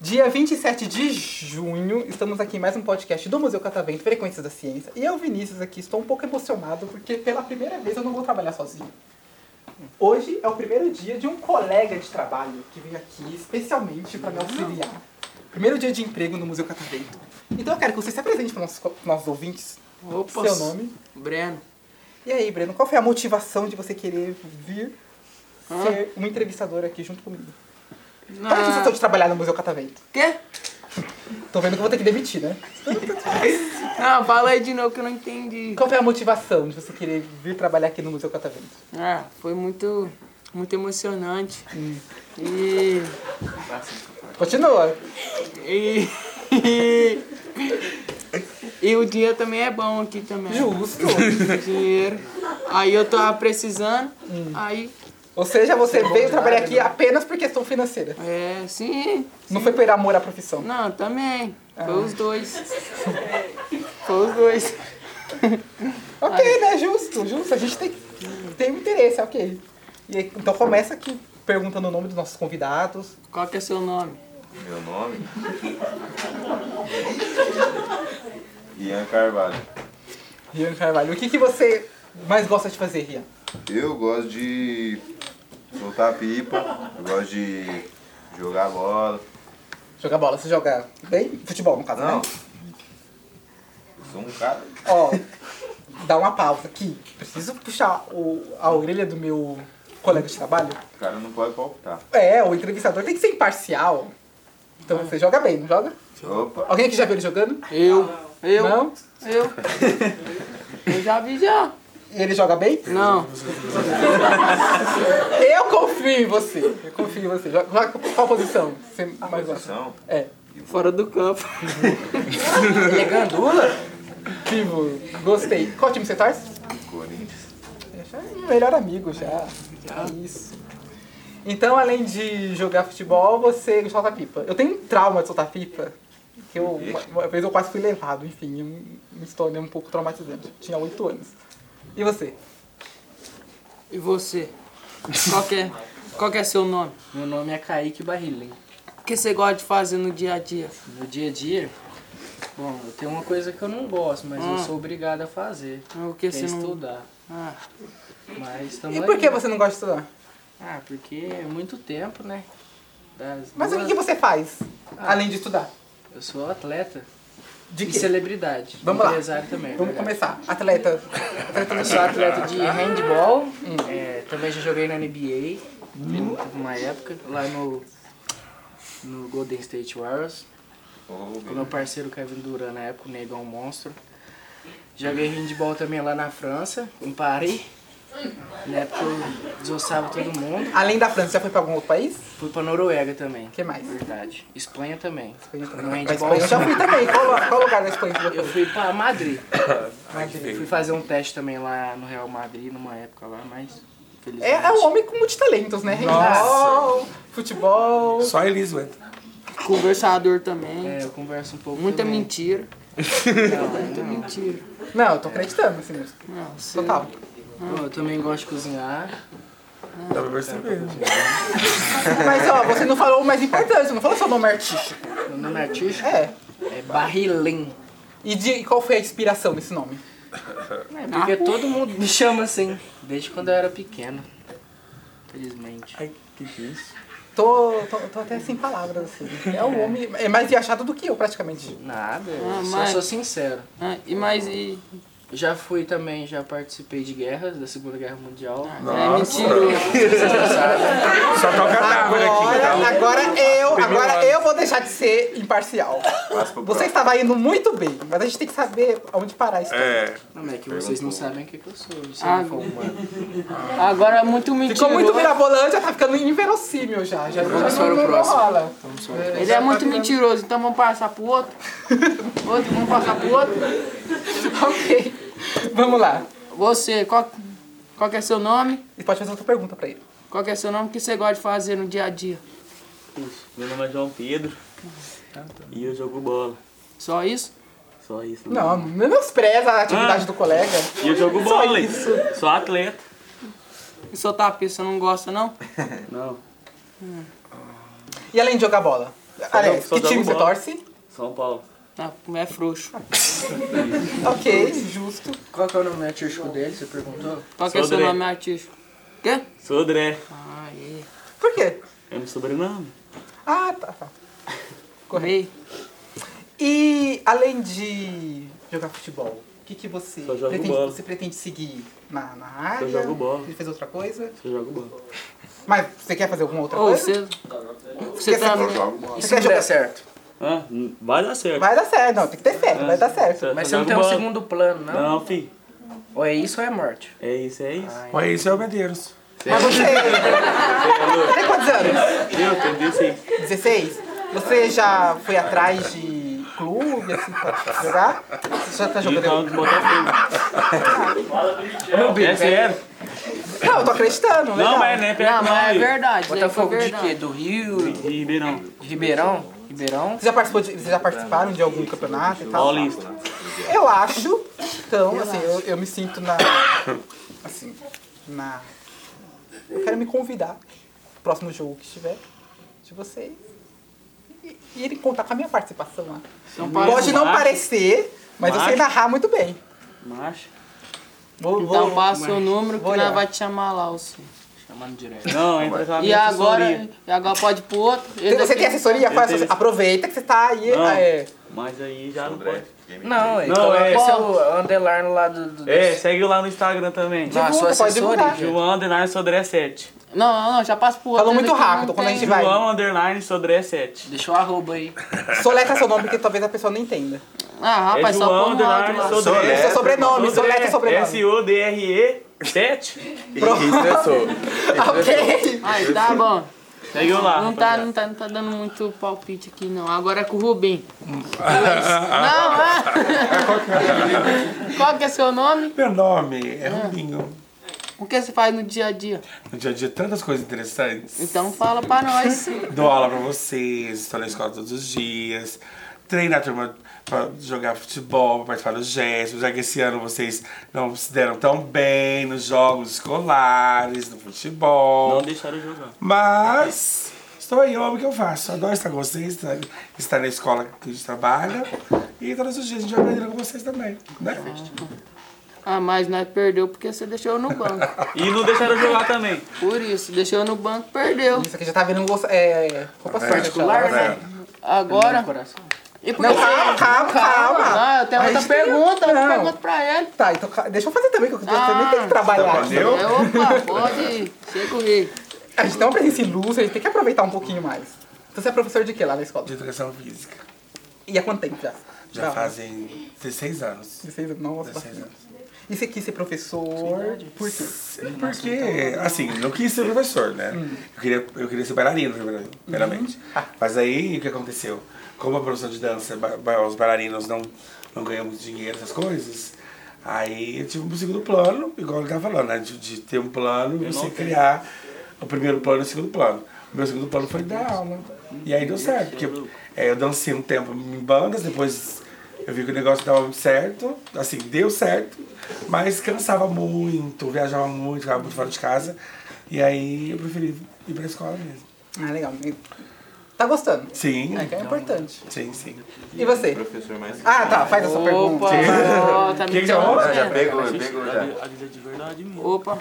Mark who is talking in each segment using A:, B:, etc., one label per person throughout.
A: Dia 27 de junho, estamos aqui em mais um podcast do Museu Catavento, Frequências da Ciência. E eu, Vinícius, aqui estou um pouco emocionado porque pela primeira vez eu não vou trabalhar sozinho. Hoje é o primeiro dia de um colega de trabalho que veio aqui especialmente para me auxiliar. Primeiro dia de emprego no Museu Catavento. Então eu quero que você se apresente para os nossos, nossos ouvintes.
B: Opa,
A: Seu nome?
B: Breno.
A: E aí, Breno, qual foi a motivação de você querer vir
B: Hã? Ah.
A: ser uma entrevistadora aqui junto comigo? Qual é a
B: Na...
A: sensação de trabalhar no Museu Catavento?
B: Quê?
A: Tô vendo que eu vou ter que demitir, né?
B: Não, fala aí de novo que eu não entendi.
A: Qual foi a motivação de você querer vir trabalhar aqui no Museu Catavento?
B: Ah, foi muito, muito emocionante.
A: Hum.
B: E...
A: Continua.
B: E... e... e o dinheiro também é bom aqui também.
A: Justo.
B: Dinheiro. Aí eu tava precisando,
A: Hum.
B: aí...
A: Ou seja, você veio trabalhar aqui apenas por questão financeira.
B: É, sim.
A: Não foi por amor à profissão.
B: Não, também.
A: Ah.
B: Foi os dois. Foi os dois.
A: Ok, né? Justo, justo. A gente tem, tem um interesse, ok. E aí, então começa aqui perguntando o nome dos nossos convidados.
B: Qual que é seu nome?
C: Meu nome? Ian Carvalho.
A: Rian Carvalho, o que, que você mais gosta de fazer, Rian?
C: Eu gosto de soltar pipa, eu gosto de jogar bola.
A: Jogar bola. Você joga bem? Futebol, no caso, né?
C: Não, sou um cara.
A: Ó, dá uma pausa aqui. Preciso puxar o, a orelha do meu colega de trabalho.
C: O cara não pode palpitar.
A: É, o entrevistador tem que ser imparcial. Então você joga bem, não joga?
C: Opa!
A: Alguém aqui já viu ele jogando?
B: Eu. Eu.
A: Não?
B: Eu. Eu já vi já.
A: Ele joga bem?
B: Não.
A: Eu confio em você. Eu confio em você. Joga, joga qual posição? Você mais gosta?
C: Posição?
A: É.
B: Fora do campo.
A: Ele é gandula? Vivo, gostei. Qual time você torce?
C: Corinthians.
A: É, Já é um melhor amigo já. É isso. Então, além de jogar futebol, você solta pipa. Eu tenho um trauma de soltar pipa. Que eu, uma, uma vez eu quase fui levado, enfim, um- uma história um pouco traumatizante. Eu tinha 8 anos. E você?
B: E você? Qual que é, qual que é seu nome?
D: Meu nome é Kaique Barrilin.
B: O que você gosta de fazer no dia a dia?
D: No dia a dia, bom, eu tenho uma coisa que eu não gosto, mas
A: Ah.
D: eu sou obrigado a fazer.
B: O que
D: que é
B: você não...
D: estudar.
B: Ah,
D: Mas também.
A: E por que você não é gosta de estudar?
D: Ah, porque é muito tempo, né? Das
A: Mas o que,
D: duas-
A: que você faz, além de estudar?
D: Eu sou atleta
A: De
D: e
A: quê?
D: celebridade.
A: Vamos lá.
D: Empresário também. é
A: Vamos Ah.
D: verdade.
A: começar. Atleta.
D: Eu sou atleta de handball. é, também já joguei na NBA. Teve uma época, lá no, no Golden State Warriors.
C: Ô,
D: Com meu parceiro Kevin Duran na época, o Negão é um Monstro. Joguei handball também lá na França, em Paris. Na época eu desossava todo mundo.
A: Além da França, já foi pra algum outro país?
D: Fui pra Noruega também.
A: que mais?
D: Verdade. Espanha também. No
A: Pra
D: handball.
A: Espanha. Eu já fui também. Qual, lu- qual lugar da Espanha? que você
D: Eu
A: foi?
D: fui pra Madrid. Fui fazer um teste também lá no Real Madrid, numa época lá, mas.
A: É,
D: Infelizmente.
A: é um homem com muitos talentos, né? Handball, futebol.
E: Só Elisabeth.
B: conversador também.
D: É, eu converso um pouco.
B: Muita
D: também.
B: mentira.
D: Não,
B: Muita mentira.
A: Não, eu tô acreditando, assim, mesmo.
B: Não, você...
A: Total.
D: não. Eu também gosto de cozinhar.
E: Dá pra perceber.
A: Mas, ó, você não falou o mais importante, você não falou seu nome artístico.
D: Meu nome artístico
A: É.
D: é Barrilen.
A: E, de, e qual foi a inspiração desse nome?
D: É, porque todo mundo me chama assim, desde quando eu era pequeno. Felizmente.
E: Ai, que que é isso?
A: Tô, tô, tô até sem palavras, assim. É um homem é mais viajado do que eu, praticamente.
D: Nada,
B: Ah,
D: eu só
B: mas-
D: sou sincero.
B: Ah, e mais... E...
D: Já fui também, já participei de guerras, da Segunda Guerra Mundial.
B: É mentiroso.
E: Só toca Dávora aqui,
A: Agora,
E: tá?
A: agora eu, agora
E: hora.
A: eu vou deixar de ser imparcial.
C: Passa pro
A: Você
C: próximo.
A: estava indo muito bem, mas a gente tem que saber onde parar isso.
E: É,
D: Não, mas é que vocês não sabem o que, que eu sou, vocês
B: Ah,
D: não falam, mano.
B: Agora é muito mentiroso.
A: Ficou muito mirabolante, já tá ficando inverossímil já. Já, já
D: para o
A: não
D: próximo.
A: rola.
B: Ele é muito mentiroso, então vamos passar pro outro. Outro, vamos passar pro outro.
A: Ok. Vamos lá.
B: Você, qual, qual que é seu nome?
A: E pode fazer outra pergunta pra ele.
B: Qual que é seu nome? O que você gosta de fazer no dia a dia?
F: Meu nome é João Pedro e eu jogo bola.
B: Só isso? Só isso. né?
A: Não, menospreza a atividade
F: Ah.
A: do colega.
F: E eu jogo
A: Só
F: vôlei.
A: isso.
F: Sou atleta.
B: E soltar a pista, não gosta, não?
F: Não.
A: E além de jogar bola? Aliás,
F: só
A: que time
F: jogo
A: você
F: bola.
A: torce?
F: São Paulo.
B: Ah, é frouxo.
A: Ok, justo.
D: Qual que é o nome artístico dele, você perguntou?
B: Qual que é o seu
F: Sodré.
B: nome artístico? Quê?
F: Sou Dré.
B: Aí.
A: Por quê?
F: É meu sobrenome.
A: Ah, tá, tá.
B: Correi.
A: E além de jogar futebol, o que, que você,
F: Só jogo
A: pretende,
F: bola.
A: você pretende seguir na, na área?
F: jogo bola.
A: Você fez outra coisa?
F: Só jogo bola.
A: Mas você quer fazer alguma outra
B: Ô,
A: coisa? assim,
B: você. Você tá.
C: Eu jogo bola.
D: E se não der certo?
F: Ah, vai dar certo.
A: Vai dar certo, não, tem que ter fé, vai dar certo.
F: Só-
D: Mas você
F: só
D: não
F: jogo
D: tem um
F: bola.
D: segundo plano, não?
F: Não, fi.
D: Ou é isso ou é morte?
F: É isso, é isso.
E: Olha, isso é o Medeiros.
A: Mas você. Tem quantos anos?
F: Eu entendi sim.
A: 16? Você já foi atrás de clube, assim, pra jogar? Você já tá jogando?
F: Então, Botafogo. É sério.
A: Não, eu tô acreditando, legal.
F: Não, mas não é perto
B: Não, mas é
F: não.
B: verdade. isso aí foi
D: Botafogo de
B: verdade.
D: quê? Do Rio?
F: E Ribeirão.
D: De Ribeirão? Ribeirão?
A: Você já, participou de, vocês já participaram de algum campeonato e tal?
F: Paulista.
A: Eu acho. Então, assim, eu, eu me sinto na. Assim. Na. Eu quero me convidar. Próximo jogo que estiver. De vocês. E, e ele contar com a minha participação lá.
F: São
A: Pode não parecer, mas eu sei
F: Macho.
A: narrar muito bem.
F: Macho.
A: Vou, vou-
B: Então passa o número que
A: Vou olhar.
B: nós vai te chamar lá, você.
D: Chamando direto.
F: Não, entra com a
B: E
F: minha
B: agora,
F: assessoria.
B: e agora pode pro outro.
A: Tem-
B: Esse
A: Você
B: daqui-
A: tem assessoria? Qual é a assessoria?
F: tenho-
A: Aproveita que você tá aí.
F: Não.
A: é,
F: Mas aí já não
C: André,
F: pode.
C: game
D: Não, é.
F: Não,
D: coloca
F: é-
D: seu underline lá do... do
F: É, segue lá no Instagram também.
D: Na sua
A: Divulga, pode
D: assessoria.
A: divulgar.
F: É. João Underline Sodré 7.
B: Não, não, não, já passa pro outro.
A: Falou muito
B: esse daqui não
A: rápido, quando a
B: tem-
A: gente vai.
F: João Underline Sodré 7.
D: Deixa o arroba aí.
A: Soletra seu nome, porque talvez a pessoa não entenda.
B: Ah, rapaz,
F: é
B: só
F: João
B: põe um áudio
F: Underline
B: lá.
F: Sodré.
A: Seu sobrenome, soletra
F: Sodré,
A: seu sobrenome.
F: S-O-D-R-E 7.
C: Ih, estressou.
A: Ok.
B: Aí, tá bom.
F: Segue lá.
B: Não tá,
F: rapaziada.
B: não, tá, não tá dando muito palpite aqui, não. Agora é com o Rubim. não, é. Qual que é seu nome?
E: Meu nome é Rubinho.
B: O que você faz no dia a dia?
E: No dia a dia, tantas coisas interessantes.
B: Então fala pra nós.
E: Dou aula pra vocês, estou na escola todos os dias. Treino a turma pra jogar futebol, pra participar dos gestos, já que esse ano vocês não se deram tão bem nos jogos escolares, no futebol.
F: Não deixaram jogar.
E: Mas estou aí, eu amo o que eu faço. Adoro estar com vocês, estar, estar na escola que a gente trabalha. E todos os dias a gente vai aprendendo com vocês também. Né?
B: Ah, mas nós perdeu porque você deixou no banco.
F: E não deixaram jogar também.
B: Por isso, deixou no banco, perdeu.
A: Isso aqui já tá virando gosto, é, roupa suja.
E: Particular,
A: já.
E: né?
B: Agora. E por que
A: Não, calma, calma, calma.
B: Não, eu tenho outra pergunta, outra pergunta pra ele.
A: Tá, então ca- deixa eu fazer também, que eu também
B: Ah.
A: tenho que trabalhar. aqui.
E: Valeu?
B: É, opa, pode. Chega o rei.
A: A gente tem uma presença ilustre, a gente tem que aproveitar um pouquinho mais. Então você é professor de quê lá na escola?
E: De educação física.
A: E há quanto tempo já?
E: Já fazem 16 anos.
A: 16 anos. Nossa,
E: 16
A: bastante.
E: anos.
A: E você quis ser professor? Por quê?
E: Porque, assim, eu quis ser professor, né?
A: Hum.
E: Eu, queria, eu queria ser bailarino, primeira- primeiramente.
A: Uhum. Ah.
E: Mas aí, o que aconteceu? Como a produção de dança, ba- ba- os bailarinos não, não ganham muito dinheiro, essas coisas, aí eu tive um segundo plano, igual ele estava falando, né? De, de ter um plano e você criar o primeiro plano e o segundo plano. O meu segundo plano foi dar aula. E aí deu certo, porque é, eu dancei um tempo em bandas, depois eu vi que o negócio dava certo, assim, deu certo, mas cansava muito, viajava muito, ficava muito fora de casa. E aí eu preferi ir pra escola mesmo.
A: Ah, legal. E- Tá gostando?
E: Sim,
F: Ah,
A: É, que é importante.
E: sim, sim.
A: E você?
C: Professor mais.
A: Ah, tá, faz a sua
B: Opa,
A: pergunta.
B: ó, tá me
E: Que que é o
C: Ah, já
B: interrompendo.
C: pegou, já pegou já.
F: A vida é de verdade mesmo.
B: Opa,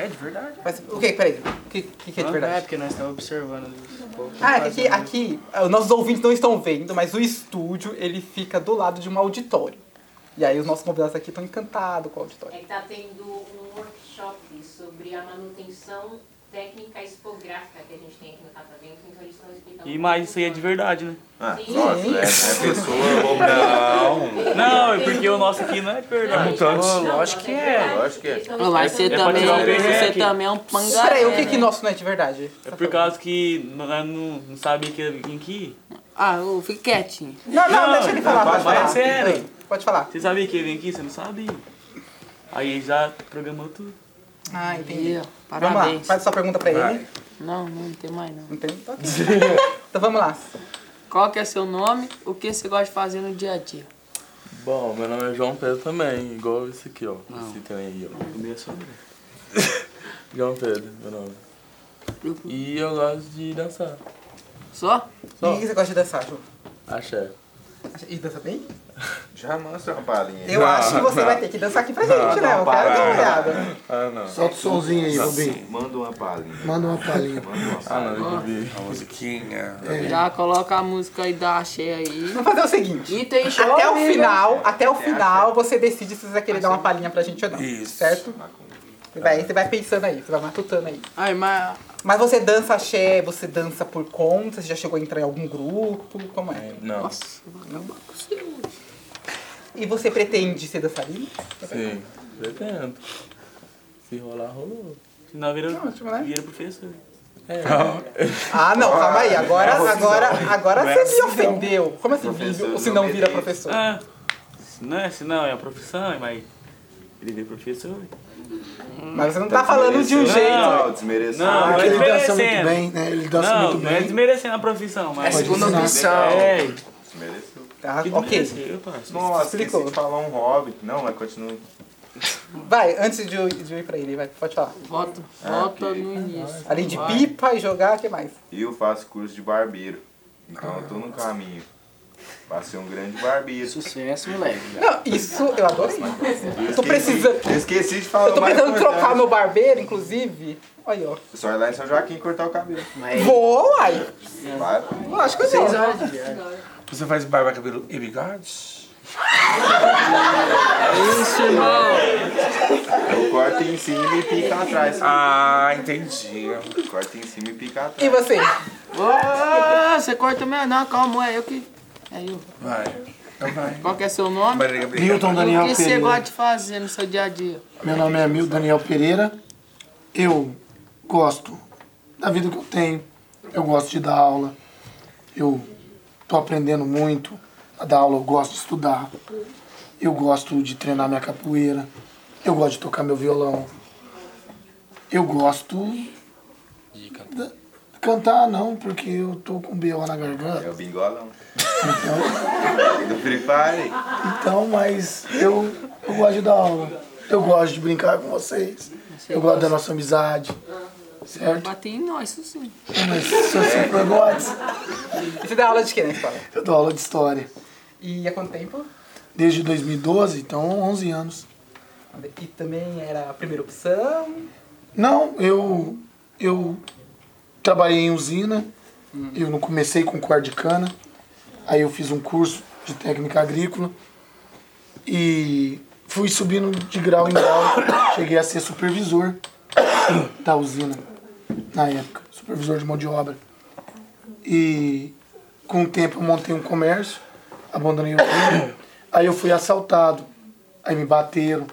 A: Mas, o que? Peraí. O que, que que é de
D: Não é
A: verdade?
D: porque nós estamos observando. os povos.
A: Ah, é que aqui, aqui, os nossos ouvintes não estão vendo, mas o estúdio, ele fica do lado de um auditório. E aí os nossos convidados aqui estão encantados com o auditório.
G: É que está tendo um workshop sobre a manutenção técnica expográfica que a gente tem aqui no Catavento, então eles estão explicando.
F: E mais isso aí é de verdade, né?
C: Ah, nossa, é, é pessoa ou
E: Não!
F: Não, é porque o nosso aqui não é de verdade.
E: Mutante.
G: lógico que é.
C: Lógico que é.
B: lá você
F: pra
B: também,
F: tirar o perreque.
A: né,
B: você também é um pangaré.
A: Peraí, o que que
B: né?
A: nosso não é de verdade?
F: É por causa que nós não, não sabia que, em que.
B: Ah, ô, fica quietinho.
A: Não, não,
F: Não,
A: deixa ele falar,
F: não,
A: pode
F: mas é
A: falar.
F: sério.
A: Peraí, Pode falar.
F: Você sabia que ele vem aqui? Você não sabia. Aí ele já programou tudo.
A: Ah, entendi.
B: E, ó,
A: Vamos lá,
B: parabéns.
A: faz a sua pergunta pra ele.
E: Vai.
B: Não, não tem mais não.
A: Não tem? Tá ok. então vamos lá.
B: Qual que é seu nome? O que você gosta de fazer no dia a dia?
F: Bom, meu nome é João Pedro também, igual esse aqui, ó. Esse também aí, ó.
D: O meu é só André.
F: João Pedro, meu nome. E eu gosto de dançar.
B: Só?
A: E o que você gosta de dançar, Ju?
F: Axé.
A: E dança bem?
C: Já mostra uma palhinha. aí.
A: Eu acho que você vai ter que dançar aqui pra gente, né? Eu quero dar uma olhada.
F: Ah, não.
H: Solta o somzinho aí, Rubinho.
C: Manda uma palhinha.
H: Manda uma palhinha.
C: Manda uma
F: Ah,
C: palhinha.
F: não, eu vi.
E: A musiquinha.
B: Já coloca a música aí da Axé aí.
A: Vamos fazer o seguinte.
B: E tem show
A: Até
B: ao
A: o
B: vivo,
A: final, até o final, você decide se você vai querer dar uma palhinha pra gente ou não.
E: Isso.
A: Certo? Você vai, você vai pensando aí, você vai matutando aí.
B: hein? Aí, mas
A: Mas você dança axé, você dança por conta, você já chegou a entrar em algum grupo, como é?
F: Não.
A: E você pretende ser dançarina?
H: tá
F: Sim. Pretendo. Se rolar, rolou. É. Se não, vira,
A: Não,
B: tipo,
A: ótimo,
B: é.
A: né?
F: vira professor.
A: Ah, não, calma aí. Agora, agora, agora
E: Não é
A: você me ofendeu. Como assim,
C: Professor,
A: vídeo? Ou se não
C: não
A: vira
C: merece.
A: professor?
F: Ah, se não é, se não, é a profissão, mas ele vira professor.
A: Mas você não tá falando de um jeito.
C: Não, desmereceu.
F: Não,
H: Ah,
F: mas é
H: que ele dança muito
F: merecendo.
H: bem, né? Ele dança
F: Não,
H: muito
F: não é
H: bem.
F: desmerecendo a profissão, mas.
H: Pode
D: Segunda
H: ensinar.
D: opção.
F: É,
C: Desmereceu.
A: Tá,
F: que
A: ok.
F: desmerecer, eu passo.
C: Nossa,
A: Explicou.
C: esqueci de falar um hobby. Não, mas continua.
A: Vai, antes de eu, de eu ir pra ele, vai, pode falar.
B: volta,
C: Ah,
B: volta
C: ok.
B: no início.
A: Além de pipa e jogar, o que mais?
C: E eu faço curso de barbeiro. Então eu tô no caminho. Pra ser um grande barbeiro.
B: é
D: Sucesso, moleque.
A: Não, isso eu adorei.
C: Eu
A: Tô
C: esqueci-
A: precisando-
C: eu esqueci de falar
A: Eu tô
C: é o mais
A: precisando trocar
C: importante.
A: meu barbeiro, inclusive. Olha, ó.
C: Só ir lá em São Joaquim cortar o cabelo.
D: Mas
A: Vou, ai.
C: Vai.
A: Lógico que
D: seis
A: não.
D: horas de viagem.
E: Você faz barba, cabelo e bigode?
B: Isso, irmão.
C: Eu corto em cima e pica atrás.
E: Ah, entendi.
C: Corta em cima e pica
A: E
C: atrás.
A: você?
B: Ah, você corta mesmo? Não, calma, é eu que... É eu.
E: Vai. Então vai.
B: Qual que é seu nome?
E: Barriga, barriga.
H: Milton
B: O
H: Daniel
B: que você gosta
H: Pereira.
B: de fazer no seu dia a dia?
H: Meu nome é Milton Daniel Pereira. Eu gosto da vida que eu tenho. Eu gosto de dar aula. Eu tô aprendendo muito a dar aula. Eu gosto de estudar. Eu gosto de treinar minha capoeira. Eu gosto de tocar meu violão. Eu gosto de cantar, não, porque eu tô com B.O. na garganta.
C: É o bingolão. Do Free Fire.
H: Então, mas eu, eu gosto de dar aula. Eu gosto de brincar com vocês. Eu gosto da nossa amizade. Certo?
B: Bater em nós, isso sim.
H: Mas sou super gosto.
A: E Você dá aula de quê na escola?
H: Eu dou aula de história.
A: E há quanto tempo?
H: Desde 2012, então 11 anos.
A: E também era a primeira opção.
H: Não, eu, eu trabalhei em usina.
D: Hum.
H: Eu não comecei com corda de cana. Aí eu fiz um curso de técnica agrícola. E fui subindo de grau em grau. Cheguei a ser supervisor da usina na época. Supervisor de mão de obra. E com o tempo eu montei um comércio. Abandonei o usina. Aí eu fui assaltado. Aí me bateram.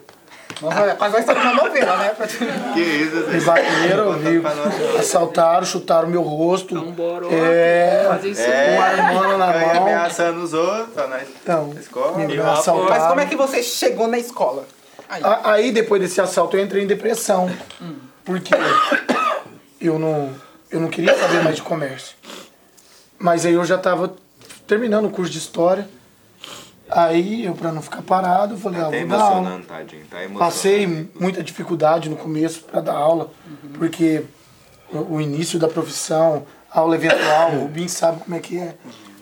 A: Nossa, quase vai estar na novela, né? Pra-
C: Que isso,
H: Me bateram, me assaltaram, chutaram meu rosto.
B: Então bora, ó.
H: é,
B: Fazer isso.
H: com a armona
A: Tá
H: na
C: Aí
H: mão.
C: ameaçando os outros, ó, na
H: Então,
C: escola.
H: me
A: Mas como é
H: assaltaram.
A: que você chegou na escola? Aí. Hum.
H: A- Aí, depois desse assalto, eu entrei em depressão. Porque eu não, eu não queria saber mais de comércio. Mas aí eu já tava terminando o curso de história. Aí eu, pra não ficar parado, eu falei, ah,
C: Tá
H: vou dar aula.
C: emocionando, tadinho. Tá emocionando.
H: Passei muita dificuldade no começo para dar aula, porque o o início da profissão, aula eventual, o Rubinho sabe como é que é.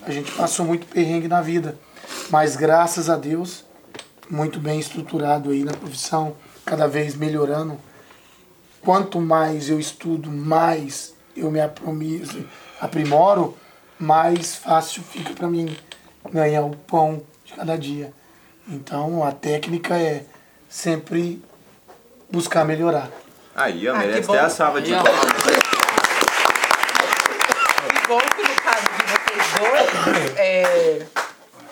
H: A gente passou muito perrengue na vida, mas graças a Deus, muito bem estruturado aí na profissão, cada vez melhorando. Quanto mais eu estudo, mais eu me apromiso, aprimoro, mais fácil fica para mim ganhar o pão de cada dia. Então a técnica é sempre buscar melhorar.
C: Aí, ó,
A: Ah, que
C: merece
A: bom.
C: até a salva de palmas.
A: Que bom que no caso de vocês dois é,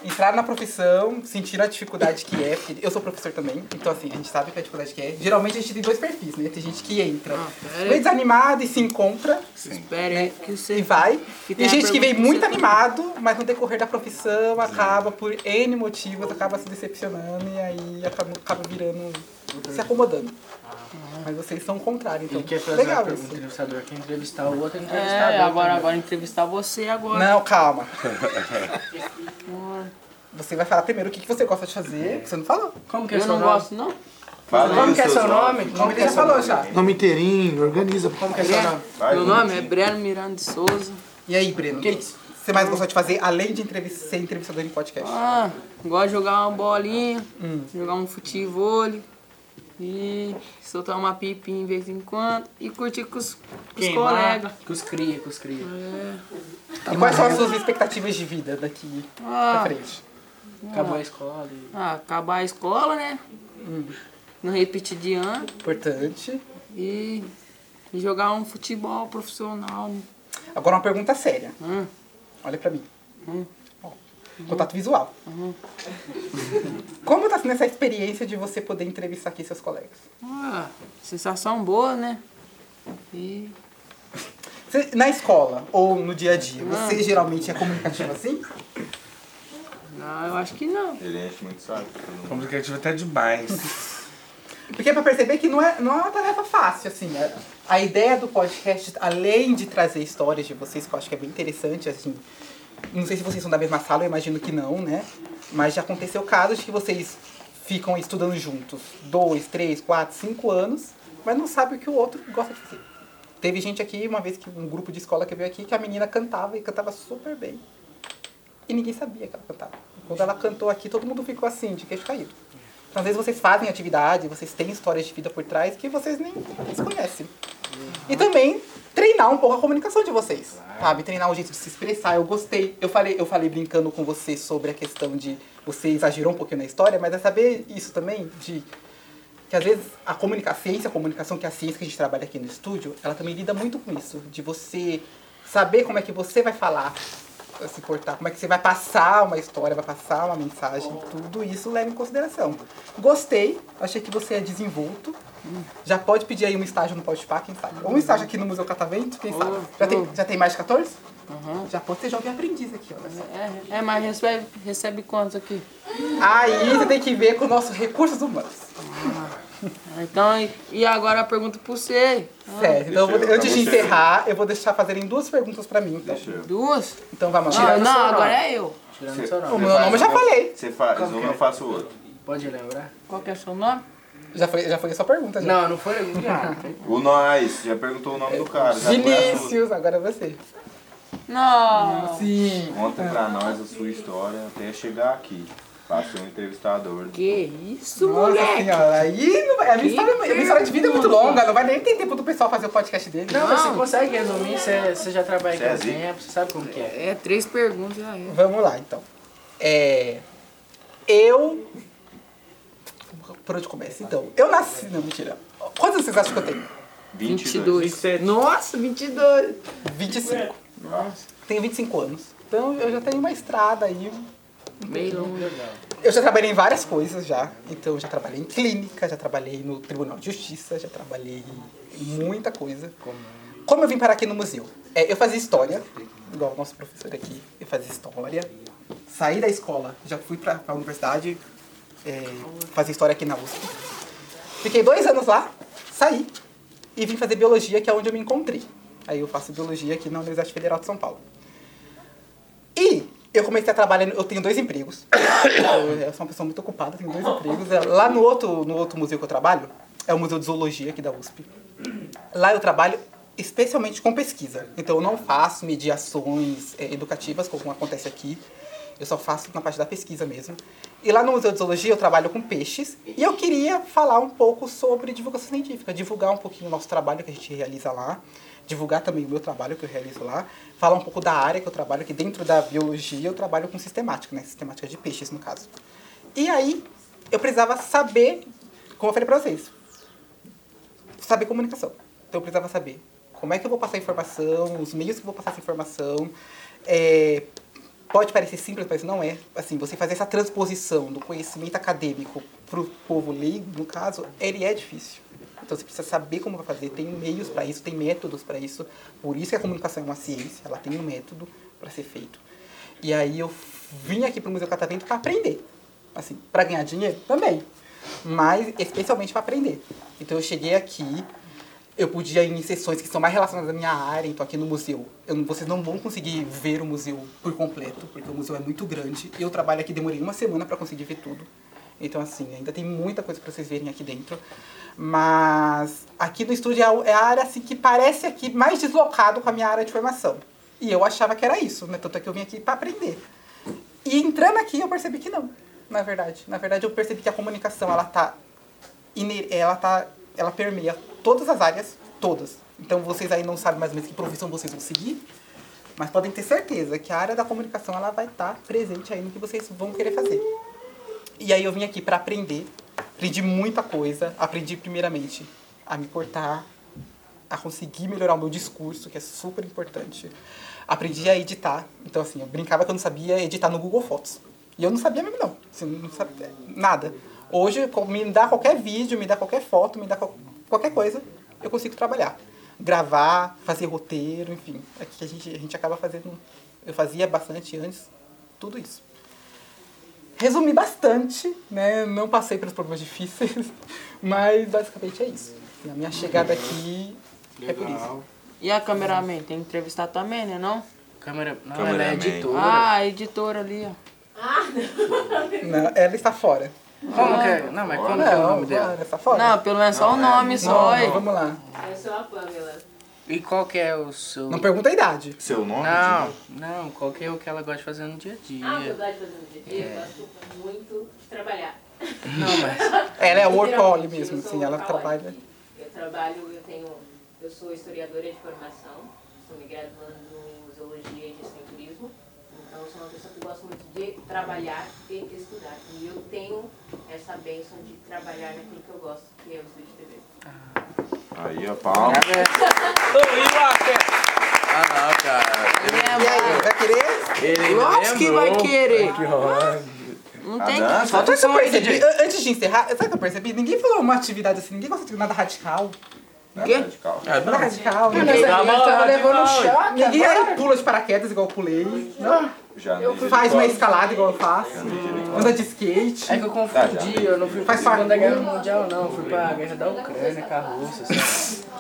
A: entraram na profissão, sentiram a dificuldade que é, porque eu sou professor também, então assim, a gente sabe que a dificuldade que é. Geralmente a gente tem dois perfis, né? Tem gente que entra
B: Ah, pera
A: meio
B: aí.
A: desanimado e se encontra
B: Espera aí que
A: e
B: você...
A: vai.
B: E tem
A: Tem
B: a
A: gente que vem
B: pergunta que
A: muito
B: você-
A: animado, mas no decorrer da profissão acaba por N motivos, acaba se decepcionando e aí acaba, acaba virando, se acomodando.
B: Ah.
A: Mas vocês são o contrário, então.
D: Ele quer fazer
A: Legal
D: uma pergunta
A: isso.
D: entrevistador quer entrevistar né? o outro entrevistador.
B: É, agora,
D: também.
B: agora entrevistar você agora.
A: Não, calma. Você vai falar primeiro o que, que você gosta de fazer, que você não falou.
D: Como que é
B: Eu
D: seu
B: não
D: nome?
B: gosto, não.
C: Fala
D: Como
C: aí
D: que é
C: seus
D: seu
C: nomes.
D: nome?
A: Como ele já falou já.
H: Nome inteirinho, organiza.
A: Como que é seu nome?
C: Vai,
B: Meu nome é
C: bonitinho.
B: Breno Miranda de Souza.
A: E aí, Breno? O que
B: Que-
A: você mais gostou de fazer além de entrevista, ser entrevistador em podcast?
B: Ah, gosto de jogar uma bolinha, jogar um futevôlei e soltar uma pipinha de vez em quando e curtir com os, com os
D: Quem?
B: colegas.
D: Lá? Com os cria, com os cria.
A: E quais são as suas expectativas de vida daqui pra
B: Ah,
A: frente?
D: Acabou a escola. e-
B: ah, acabar a escola, né? Não repetir de ano
A: Importante.
B: e, e jogar um futebol profissional. né?
A: Agora uma pergunta séria.
B: Hum.
A: Olha pra mim. Ó, Contato visual. Como tá sendo essa experiência de você poder entrevistar aqui seus colegas?
B: Ah, sensação boa, né? E
A: Você- na escola ou no dia a dia, você geralmente é comunicativo assim?
B: não, ah, eu acho que não.
C: Ele enche muito saco. todo mundo.
E: Complicativo até demais.
A: Porque é pra perceber que não é, não é uma tarefa fácil, assim. A, a ideia do podcast, além de trazer histórias de vocês, que eu acho que é bem interessante, assim. Não sei se vocês são da mesma sala, eu imagino que não, né? Mas já aconteceu casos de que vocês ficam estudando juntos dois, três, quatro, cinco anos, mas não sabe o que o outro gosta de fazer. Teve gente aqui, uma vez que um grupo de escola que veio aqui, que a menina cantava e cantava super bem. E ninguém sabia que ela cantava. Quando ela cantou aqui, todo mundo ficou assim, de queixo caído. Então, às vezes vocês fazem atividade, vocês têm histórias de vida por trás que vocês nem desconhecem. E também treinar um pouco a comunicação de vocês, sabe? Treinar o jeito de se expressar. Eu gostei. Eu falei, eu falei brincando com você sobre a questão de você exagerou um pouquinho na história, mas é saber isso também de que às vezes a comunicação, a ciência, a comunicação, que é a ciência que a gente trabalha aqui no estúdio, ela também lida muito com isso, de você saber como é que você vai falar, se portar, como é que você vai passar uma história, vai passar uma mensagem, tudo isso leva em consideração. Gostei, achei que você é desenvolto. Já pode pedir aí um estágio no Podpah, quem sabe? Ou um estágio aqui no Museu Catavento, quem sabe? Já tem, já tem mais de 14? Já pode ser jovem aprendiz aqui, né? olha só.
B: É, é mas recebe, recebe quanto aqui?
A: Aí você tem que ver com nossos recursos humanos.
B: Ah, Então, e, e agora a pergunta pra você.
A: Certo, então eu vou-
C: Deixa eu-
A: antes de
C: tá bom,
A: encerrar, eu vou deixar fazerem duas perguntas pra mim. Então,
C: Deixa eu.
B: Duas?
A: então vamos
B: Ah,
A: lá.
B: não, agora é eu.
D: Tirando
C: Cê-
D: seu
A: O
D: nome.
A: meu
C: Você faz
A: nome eu já
C: o meu-
A: falei.
C: Você faz um, eu faço o outro.
D: Pode lembrar?
B: Qual que é o seu nome?
A: Já foi, já foi a sua pergunta, já.
D: Não, não foi. Não.
C: O nós, já perguntou o nome do cara. já foi a sua.
A: Vinícius, agora é você.
B: Não.
A: Sim.
C: Conta pra nós a sua história até chegar aqui. Passou um entrevistador.
B: Que isso,
A: Nossa
B: moleque?
A: senhora, aí não vai- a minha, história, a minha história de vida é muito longa, não vai nem ter tempo do pessoal fazer o podcast dele.
D: Não, mas você consegue resumir, você você já trabalha
C: Cê é
D: aqui há um
C: zica.
D: tempo, você sabe como que é.
B: É, três perguntas já é.
A: Vamos lá, então. É, eu. Por onde começa? Então, eu nasci. Não, mentira. Quantos anos vocês acham que eu tenho?
C: 22.
F: é-
B: 22. Nossa, 22.
A: 25.
C: Nossa.
A: Tenho 25 anos. Então eu já tenho uma estrada aí,
B: Meio longe.
A: Eu já trabalhei em várias coisas já. Então, eu já trabalhei em clínica, já trabalhei no Tribunal de Justiça, já trabalhei em muita coisa. Como eu vim parar aqui no museu? É, eu fazia história, igual o nosso professor aqui. Eu fazia história. Saí da escola, já fui pra, pra universidade é, fazer história aqui na USP. Fiquei dois anos lá, saí e vim fazer biologia, que é onde eu me encontrei. Aí eu faço biologia aqui na Universidade Federal de São Paulo. E eu comecei a trabalhar, no- eu tenho dois empregos. Eu, eu sou uma pessoa muito ocupada, tenho dois empregos. É, Lá no outro, no outro museu que eu trabalho, é o Museu de Zoologia aqui da USP. Lá eu trabalho especialmente com pesquisa. Então eu não faço mediações eh, educativas, como acontece aqui. Eu só faço na parte da pesquisa mesmo. E lá no Museu de Zoologia eu trabalho com peixes. E eu queria falar um pouco sobre divulgação científica, divulgar um pouquinho o nosso trabalho que a gente realiza lá, divulgar também o meu trabalho que eu realizo lá, falar um pouco da área que eu trabalho, que dentro da biologia eu trabalho com sistemática, né? Sistemática de peixes, no caso. E aí eu precisava saber, como eu falei pra vocês, saber comunicação. Então eu precisava saber como é que eu vou passar a informação, os meios que eu vou passar essa informação. É, pode parecer simples, mas não é. Assim, você fazer essa transposição do conhecimento acadêmico para o povo leigo, no caso, ele é difícil. Então você precisa saber como vai fazer, tem meios para isso, tem métodos para isso. Por isso que a comunicação é uma ciência, ela tem um método para ser feito. E aí eu vim aqui para o Museu Catavento para aprender. Assim, para ganhar dinheiro também, mas especialmente para aprender. Então eu cheguei aqui, Eu podia ir em sessões que são mais relacionadas à minha área, então aqui no museu. Eu não- vocês não vão conseguir ver o museu por completo, porque o museu é muito grande. E eu trabalho aqui, demorei uma semana para conseguir ver tudo. Então, assim, ainda tem muita coisa para vocês verem aqui dentro. Mas aqui no estúdio é a- é a área assim, que parece aqui mais deslocado com a minha área de formação. E eu achava que era isso, né? Tanto é que eu vim aqui para aprender. E entrando aqui eu percebi que não, na verdade. Na verdade eu percebi que a comunicação ela tá iner- ela tá ela permeia todas as áreas, todas. Então vocês aí não sabem mais ou menos que profissão vocês vão seguir, mas podem ter certeza que a área da comunicação ela vai estar presente aí no que vocês vão querer fazer. E aí eu vim aqui para aprender, aprendi muita coisa, aprendi primeiramente a me portar, a conseguir melhorar o meu discurso, que é super importante. Aprendi a editar. Então, assim, eu brincava que eu não sabia editar no Google Fotos. E eu não sabia mesmo, não. Assim, não sabia nada. Hoje, co- me dá qualquer vídeo, me dá qualquer foto, me dá qual- qualquer coisa, eu consigo trabalhar. Gravar, fazer roteiro, enfim. É que a gente, a gente acaba fazendo... Eu fazia bastante antes, tudo isso resumi bastante, né? Não passei pelos problemas difíceis, mas basicamente é isso. A minha chegada aqui é por isso.
B: E a cameraman? Tem que entrevistar também, né? Não?
D: Câmera. Não, ela é
C: Cameraman.
D: editora.
B: Ah, a editora ali, ó.
A: Não, ela está fora.
D: Como que é? Não, mas como que é o
A: Não,
D: nome dela?
A: ela está fora.
B: Não, pelo menos só o nome, só.
A: Não,
B: aí.
A: não, vamos lá.
G: Eu sou a Pamela.
D: E qual que é o seu.
A: Não pergunta a idade.
C: Seu nome?
D: Não, não, qual que é o que ela gosta de fazer no dia a dia.
G: Ah, o que eu gosto de fazer no dia a dia? Eu gosto muito de trabalhar.
D: Não, mas.
A: Ela é workaholic
G: Literalmente,
A: mesmo,
G: eu sou
A: assim,
B: Tá
A: ela
G: workaholic.
A: trabalha.
G: Eu trabalho, eu tenho, eu sou historiadora de formação, estou me graduando em zoologia e gestão em turismo. Então, eu sou uma pessoa que gosta muito de trabalhar e estudar. E eu tenho essa bênção de trabalhar naquilo que eu gosto, que é o estudo de TV.
C: tipo, Aí, ó, palma.
F: Ah, não, cara.
B: Ele é
A: E aí,
B: brabo.
A: vai querer?
F: Ele
B: Lógico que vai
F: lembrou.
B: querer.
F: Que horror.
B: Não
C: A
B: tem
C: dança?
A: Sabe o que eu
D: som aí,
A: percebi?
D: DJ.
A: An- Antes de encerrar, sabe o que eu percebi? Ninguém falou uma atividade assim, ninguém conseguiu nada radical.
C: Nada
B: Quê?
C: radical.
F: Ah,
A: Nada
F: não.
A: radical.
D: Ele
A: Ninguém,
D: tava levando um choque.
A: ninguém aí pula de paraquedas igual eu pulei.
C: Já nem-
A: Faz uma escalada igual eu faço. Anda de skate.
D: É que eu confundi, eu não fui pra
A: Faz Um parte.
D: Segunda Guerra Mundial, não. Eu fui pra Guerra da Ucrânia com a Rússia, sabe?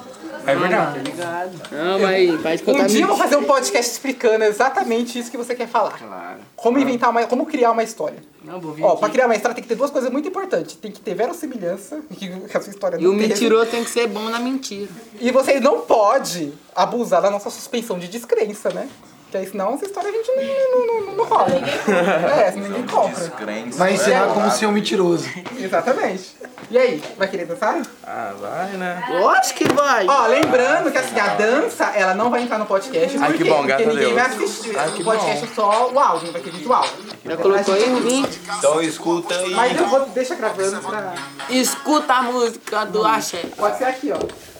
E: É verdade.
D: Ligado.
B: Não, mas vai
A: Um
B: escutar
A: dia eu vou fazer um podcast explicando exatamente isso que você quer falar.
D: Claro.
A: Como inventar uma, como criar uma história.
D: Não, vou vir
A: Ó, pra
D: aqui.
A: criar uma história tem que ter duas coisas muito importantes. Tem que ter verossimilhança, que a sua história
B: E o
A: não teve.
B: mentiroso tem que ser bom na mentira.
A: E vocês não pode abusar da nossa suspensão de descrença, né? Porque aí senão essa história a gente não, não, não, não rola. É, senão ninguém compra.
C: Descrença.
H: Vai ensinar
C: É,
H: como ser um mentiroso.
A: Exatamente. E aí, vai querer dançar?
F: Ah, vai, né?
B: Lógico que vai.
A: Ó, lembrando que assim, a dança, ela não vai entrar no podcast.
F: Ai,
A: por
F: que
A: quê?
F: bom, graças
A: Porque
F: a
A: ninguém
F: Deus.
A: vai assistir.
F: Ai,
A: o
F: que
A: podcast é só o áudio, não vai ter visual.
B: Já colocou aí o link.
C: Então escuta aí.
A: Mas eu vou deixa gravando pra...
B: Escuta a música do Axé.
A: Pode ser aqui, ó.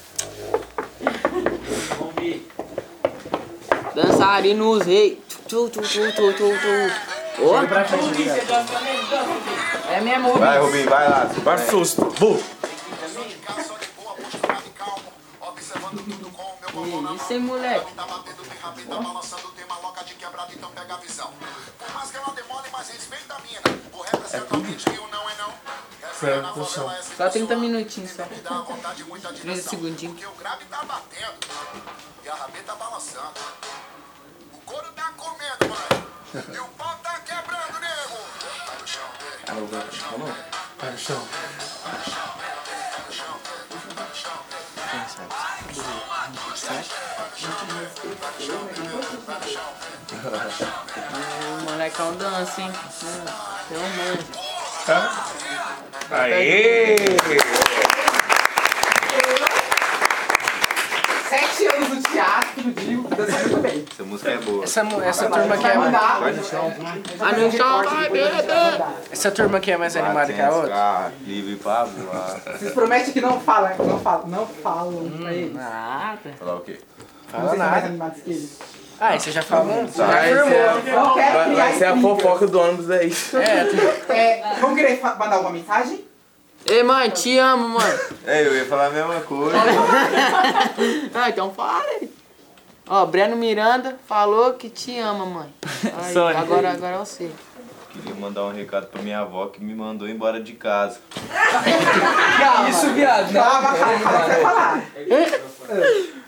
B: Dançarinos rei. Tu, tu, tu, tu, tu, tu. Ó,
D: É minha música.
C: Vai, Rubinho, vai lá.
E: Vai susto. Bu.
B: que isso, hein, moleque? Só 30 minutinhos só. 30 segundinhos.
I: Porque o grave tá batendo e a rabeta tá balançando. O couro tá comendo, mano. E o pau tá quebrando, nego. Vai no chão, velho. Vai no chão, velho.
H: Vai no chão.
I: Vai no chão, velho. Vai no chão, velho. Vai no chão, velho.
B: O molecão dança, hein? Pelo amor de Deus.
E: Aê!
A: Sete anos do teatro, digo, dança muito bem.
C: Essa música é boa.
D: Essa, mu- essa turma aqui é
A: Vai
D: mais.
A: mandar.
B: Ah, não chora, vai, bebê.
D: Essa turma aqui é mais animada que a
C: Batendo
D: outra?
C: carro, Livre pra voar.
A: Vocês prometem que não falam, não falam, não
F: Hum,
A: falam pra eles.
D: Nada.
C: Falar o quê?
A: Vocês são mais animados que eles.
D: Ah, e você já falou? é, Já
F: Vai
D: afirmou.
F: ser,
A: Não
F: a,
A: quero
F: vai,
A: criar
F: vai ser a
A: intriga.
F: fofoca do ônibus aí.
A: É, vão querer fa- mandar alguma mensagem?
B: Ei, mãe, te amo, mano.
C: É, eu ia falar a mesma coisa.
B: Ah, então fala aí. Ó, Breno Miranda falou que te ama, mãe. Aí, agora, é agora eu sei.
C: Queria mandar um recado pra minha avó que me mandou embora de casa.
A: Isso, viado.
D: né?
F: É.
A: Calma, calma, calma. Vai falar.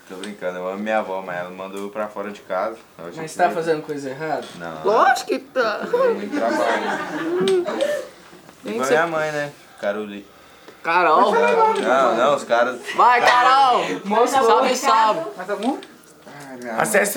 C: Tô brincando, eu amo minha avó, mas ela mandou eu pra fora de casa. Ela tinha
D: Mas tá
C: que-
D: fazendo coisa errada?
C: Não,
B: Lógico que tá.
C: deu muito trabalho.
B: Tem
C: Igual
B: que
C: a
B: ser.
C: minha mãe, né? Caroli.
B: Carol.
C: Não, não, os caras.
B: Vai, Carol. Salve, salve.
A: Mais algum?
E: Acesse